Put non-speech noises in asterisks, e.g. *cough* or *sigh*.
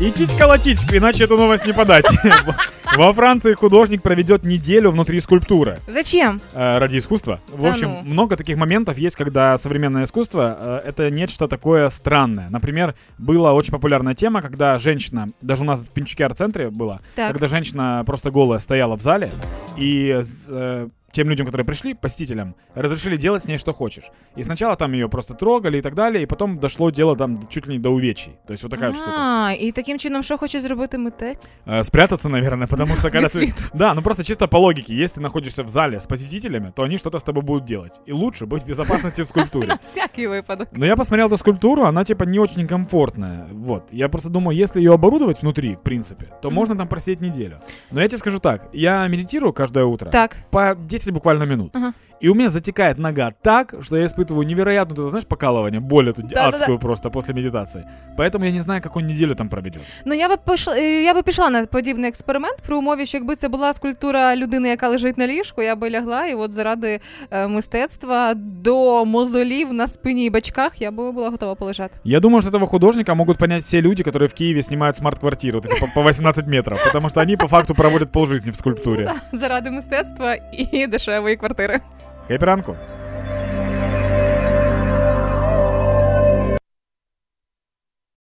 Идите колотить, иначе эту новость не подать. *laughs* Во Франции художник проведет неделю внутри скульптуры Зачем? э, ради искусства. В Да общем, ну. много таких моментов есть, когда современное искусство э, это нечто такое странное. Например, была очень популярная тема, когда женщина, даже у нас в Пинчуке арт-центре была, Так. когда женщина просто голая стояла в зале и с, э, тем людям, которые пришли, посетителям, разрешили делать с ней что хочешь. И сначала там ее просто трогали и так далее, и потом дошло дело там чуть ли не до увечий. То есть вот такая вот штука. А, і таким чином, що хоче зробити митець? Э, Спрятаться, наверное, потому *laughs* что когда Від ты... світу. Да, ну просто чисто по логике, если ты находишься в зале с посетителями, то они что-то с тобой будут делать. И лучше быть в безопасности в скульптуре. На *laughs* всякий випадок. Но я посмотрел эту скульптуру, она типа не очень комфортная. Вот. Я просто думаю, если ее оборудовать внутри, в принципе, то Мгм. можно там просидеть неделю. Но я тебе скажу так, я медитирую каждое утро. Так. По 10 буквально минут. Ага. И у меня затекает нога так, что я испытываю невероятную, ты знаешь, покалывание, боль эту Да-да-да. адскую просто после медитации. Поэтому я не знаю, какую неделю там проведет. Ну я би пішла, е, я би пішла на подібний експеримент при умові, що якби це була скульптура людини, яка лежить на ліжку, я би лягла, і от заради е, мистецтва до мозолів на спині і бачках я би була готова полежати. *laughs* Я думаю, что этого художника могут понять все люди, которые в Киеве снимают смарт-квартиру вот эти по по 18 метров, потому что они по факту проводят полжизни в скульптуре. Заради мистецтва і дешевої квартири. Хэппи ранку!